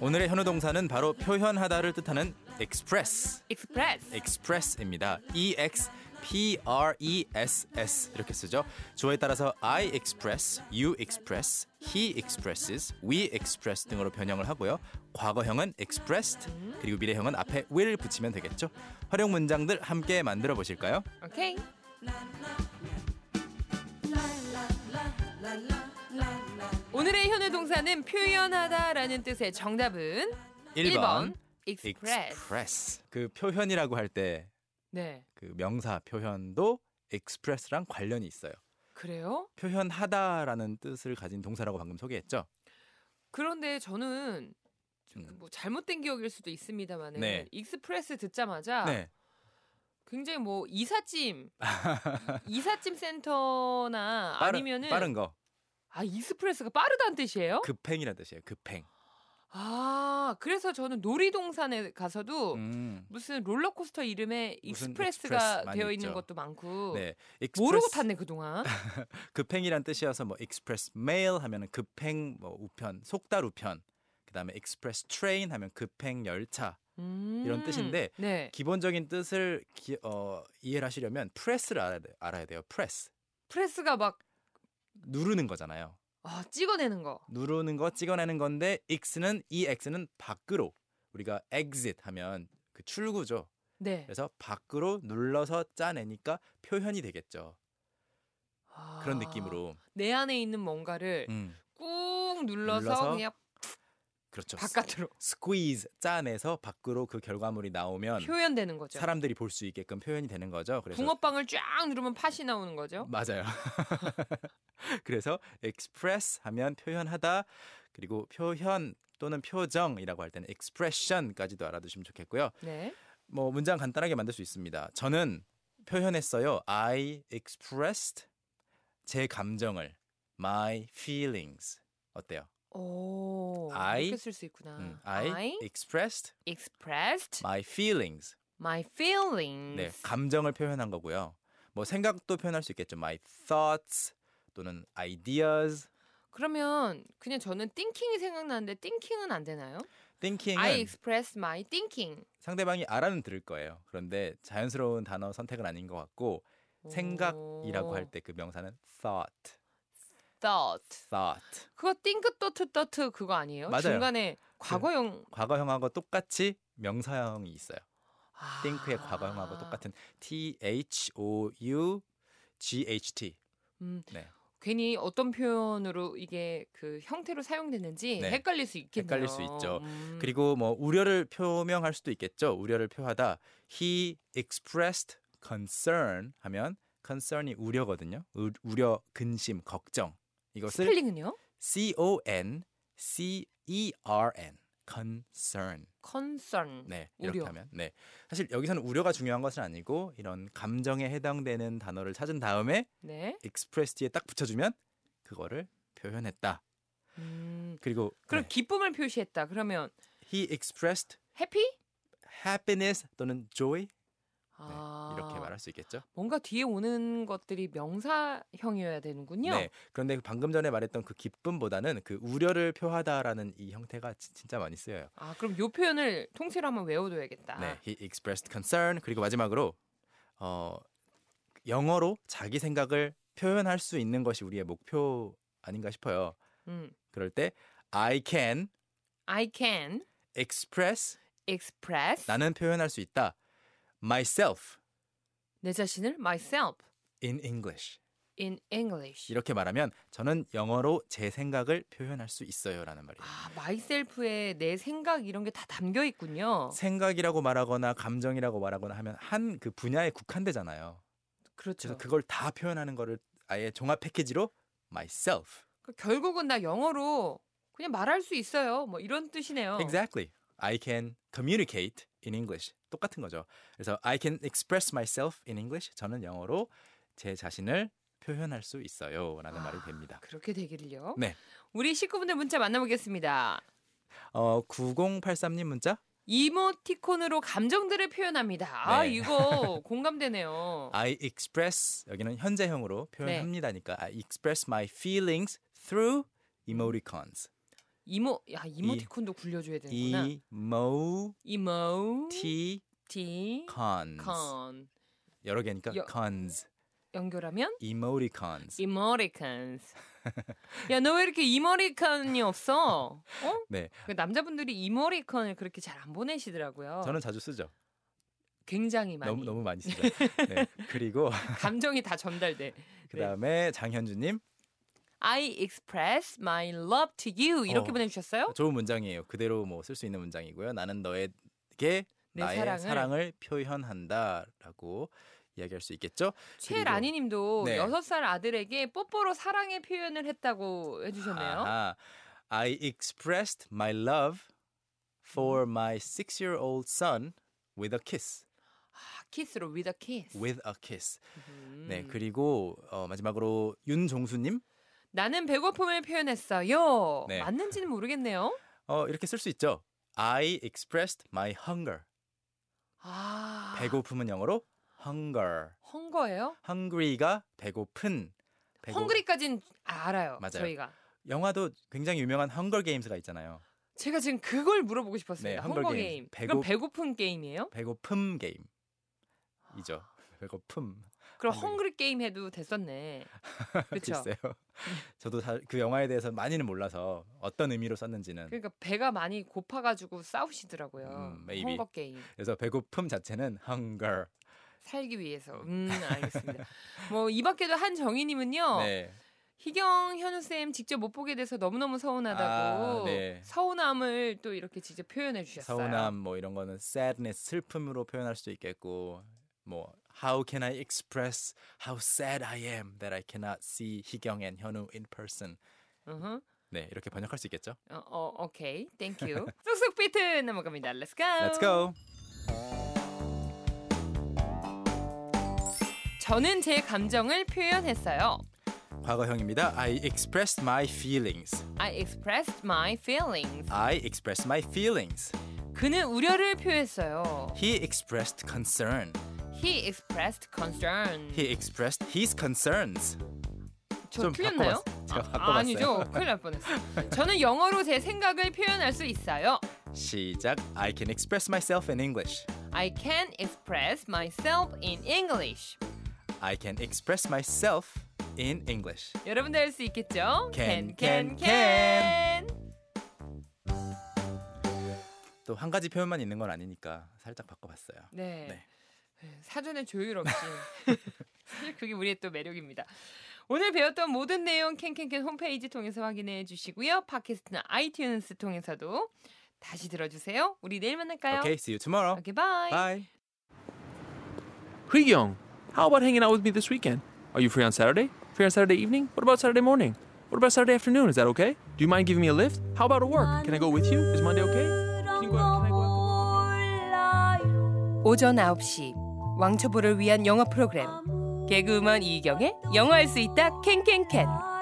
오늘의 현우 동사는 바로 표현하다를 뜻하는 express, 익스프레스. express입니다. E X P R E S S 이렇게 쓰죠. 주어에 따라서 I express, you express, he expresses, we express 등으로 변형을 하고요. 과거형은 expressed, 그리고 미래형은 앞에 will 붙이면 되겠죠. 활용 문장들 함께 만들어 보실까요? 오케이. 오늘의 현우 동사는 표현하다라는 뜻의 정답은 1번, 익스프레스. express. 그 표현이라고 할 때 그 네. 명사 표현도 express랑 관련이 있어요. 그래요? 표현하다라는 뜻을 가진 동사라고 방금 소개했죠. 그런데 저는 좀 음. 뭐 잘못된 기억일 수도 있습니다만은 네. 익스프레스 듣자마자 네. 굉장히 뭐 이삿짐 이삿짐 센터나 빠른, 아니면은 빠른 거. 아 익스프레스가 빠르다는 뜻이에요? 급행이라는 뜻이에요. 급행. 아 그래서 저는 놀이동산에 가서도 음. 무슨 롤러코스터 이름에 무슨 익스프레스가 익스프레스 많이 되어 있죠. 있는 것도 많고 네. 모르고 익스프레스- 탔네 그동안 급행이란 뜻이어서 뭐 express mail 하면은 급행 뭐 우편, 속달 우편. 그다음에 express train 하면 급행 열차. 음. 이런 뜻인데 네 기본적인 뜻을 기, 어, 이해를 하시려면 프레스를 알아야, 돼, 알아야 돼요. 프레스. 프레스가 막 누르는 거잖아요. 아, 찍어내는 거 누르는 거 찍어내는 건데 x는 이 x는 밖으로 우리가 exit 하면 그 출구죠. 네. 그래서 밖으로 눌러서 짜내니까 표현이 되겠죠. 아, 그런 느낌으로. 내 안에 있는 뭔가를 음, 꾹 눌러서, 눌러서 그냥 그렇죠. 바깥으로 squeeze 짜내서 밖으로 그 결과물이 나오면 표현되는 거죠. 사람들이 볼 수 있게끔 표현이 되는 거죠. 그래서 붕어빵을 쫙 누르면 팥이 나오는 거죠. 맞아요. 그래서 express 하면 표현하다 그리고 표현 또는 표정이라고 할 때는 expression까지도 알아두시면 좋겠고요. 네. 뭐 문장 간단하게 만들 수 있습니다. 저는 표현했어요. I expressed 제 감정을 my feelings 어때요? 오. I- 이렇게 쓸 수 있구나. 음, I, 아, I expressed expressed my feelings. my 네, feelings. 감정을 표현한 거고요. 뭐 생각도 표현할 수 있겠죠. my thoughts 또는 ideas. 그러면 그냥 저는 thinking이 생각나는데 thinking은 안 되나요? thinking은 I express my thinking. 상대방이 알아는 들을 거예요. 그런데 자연스러운 단어 선택은 아닌 것 같고 생각이라고 할 오, 때 그 명사는 thought, thought. thought. 그거 think thought thought 그거 아니에요? 맞아요. 그 중간에 과거형 과거형하고 똑같이 명사형이 있어요. 아. think의 과거형하고 똑같은 t h o u g h t. 음, 네. 괜히 어떤 표현으로 이게 그 형태로 사용됐는지 네. 헷갈릴 수 있겠네요. 헷갈릴 수 있죠. 음. 그리고 뭐 우려를 표명할 수도 있겠죠. 우려를 표하다. He expressed concern 하면 concern이 우려거든요. 우, 우려, 근심, 걱정. 이것을 스펠링은요? C O N C E R N concern. concern. 네, 이렇게 우려. 하면 네. 사실 여기서는 우려가 중요한 것은 아니고 이런 감정에 해당되는 단어를 찾은 다음에 네. express 뒤에 딱 붙여주면 그거를 표현했다. 음. 그리고 그럼 네, 기쁨을 표시했다. 그러면 he expressed happy? happiness 또는 joy 아, 네, 이렇게 말할 수 있겠죠. 뭔가 뒤에 오는 것들이 명사형이어야 되는군요. 네. 그런데 방금 전에 말했던 그 기쁨보다는 그 우려를 표하다라는 이 형태가 진- 진짜 많이 쓰여요. 아, 그럼 요 표현을 통째로 한번 외워둬야겠다. 네, he expressed concern. 그리고 마지막으로 어, 영어로 자기 생각을 표현할 수 있는 것이 우리의 목표 아닌가 싶어요. 음. 그럴 때 I can I can express express 나는 표현할 수 있다. myself 내 자신을 myself in English. in English. 이렇게 말하면 저는 영어로 제 생각을 표현할 수 있어요라는 말이에요. 아, myself에 내 생각 이런 게 다 담겨 있군요. 생각이라고 말하거나 감정이라고 말하거나 하면 한 그 분야에 국한되잖아요. 그렇죠. 그래서 그걸 다 표현하는 거를 아예 종합 패키지로 myself. 그 결국은 나 영어로 그냥 말할 수 있어요. 뭐 이런 뜻이네요. Exactly. I can communicate in English. 똑같은 거죠. 그래서 I can express myself in English. 저는 영어로 제 자신을 표현할 수 있어요라는 아, 말이 됩니다. 그렇게 되길요. 네. 우리 식구분들 문자 만나보겠습니다. 어 9083님 문자 이모티콘으로 감정들을 표현합니다. 아 네. 아, 이거 공감되네요. I express 여기는 현재형으로 네. 표현합니다니까 I express my feelings through emoticons. 이모 야 이모티콘도 굴려줘야 되는구나. emoticons. 이모티콘 여러 개니까 여- cons. 연결하면 emoticons. 이모티콘스. 야 너 왜 이렇게 이모티콘이 없어? 어? 네. 그 남자분들이 이모티콘을 그렇게 잘 안 보내시더라고요. 저는 자주 쓰죠. 굉장히 많이 너무 너무 많이 쓰죠. 네. 그리고 감정이 다 전달돼. 그다음에 장현주님 I express my love to you 이렇게 어. 보내주셨어요? 좋은 문장이에요. 그대로 뭐 쓸 수 있는 문장이고요. 나는 너에게 내 나의 사랑을. 사랑을, 표현한다라고 이야기할 수 있겠죠. 최라니님도 네. 여섯 살 아들에게 뽀뽀로 사랑의 표현을 했다고 해주셨네요. 아하. I expressed my love for 음. my six-year-old son with a kiss. 아, 키스로 with a kiss. With a kiss. 음. 네 그리고 어, 마지막으로 윤종수님 나는 배고픔을 표현했어요. 네. 맞는지는 모르겠네요. 어, 이렇게 쓸 수 있죠. I expressed my hunger. 아, 배고픔은 영어로 hunger. 헝거예요? hungry가 배고픈. 배고- 헝그리까진 알아요. 맞아요. 저희가 영화도 굉장히 유명한 헝거 게임스가 있잖아요. 제가 지금 그걸 물어보고 싶었어요. 네, 다 헝거 헝거 게임. 게임. 배고- 그럼 배고픈 게임이에요? 배고픔 게임. 이죠. 배고픔. 그럼 헝그리. 헝그리 게임 해도 됐었네. 그렇죠. 글쎄요. 저도 다, 그 영화에 대해서 많이는 몰라서 어떤 의미로 썼는지는. 그러니까 배가 많이 고파가지고 싸우시더라고요. 음, maybe. 헝거 게임. 그래서 배고픔 자체는 hunger. 살기 위해서. 음, 알겠습니다. 뭐 이 밖에도 한정희님은요. 네. 희경 현우 쌤 직접 못 보게 돼서 너무너무 서운하다고 아, 네. 서운함을 또 이렇게 직접 표현해 주셨어요. 서운함 뭐 이런 거는 sadness 슬픔으로 표현할 수도 있겠고 뭐 how can I express how sad I am that I cannot see 희경 and 현우 in person. 으흠. 네, 이렇게 번역할 수 있겠죠. 어, 어, 오케이, 땡큐. 쏙쏙 비트 넘어갑니다. Let's go. Let's go. 저는 제 감정을 표현했어요. 과거형입니다. I expressed my feelings. I expressed my feelings. I expressed my feelings. 그는 우려를 표했어요. He expressed concern. He expressed concern. He expressed his concerns. 저 좀 틀렸나요? 바꿔봤- 제가 바꿔봤어요. 아, 아니죠. 큰일 날 뻔했어요. 저는 영어로 제 생각을 표현할 수 있어요. 시작. I can express myself in English. I can express myself in English. I can express myself in English. 여러분도 할 수 있겠죠? Can, can, can, can. 또 한 가지 표현만 있는 건 아니니까 살짝 바꿔봤어요. 네. 네. 사전에 조율 없이. 사실 그게 우리의 또 매력입니다. 오늘 배웠던 모든 내용 캔캔캔 홈페이지 통해서 확인해 주시고요. 팟캐스트나 아이튠스 통해서도 다시 들어주세요. 우리 내일 만날까요? Okay, see you tomorrow. 오케이, 바이. Bye. Young, how about hanging out with me this weekend? Are you free on Saturday? Free on Saturday evening? What about Saturday morning? What about Saturday afternoon? Is that okay? Do you mind giving me a lift? How about a work? Can I go with you? Is Monday okay? Can you go out? Can I go out? 오전 9시 왕초보를 위한 영어 프로그램 개그우먼 이경의 영어할 수 있다 캔캔캔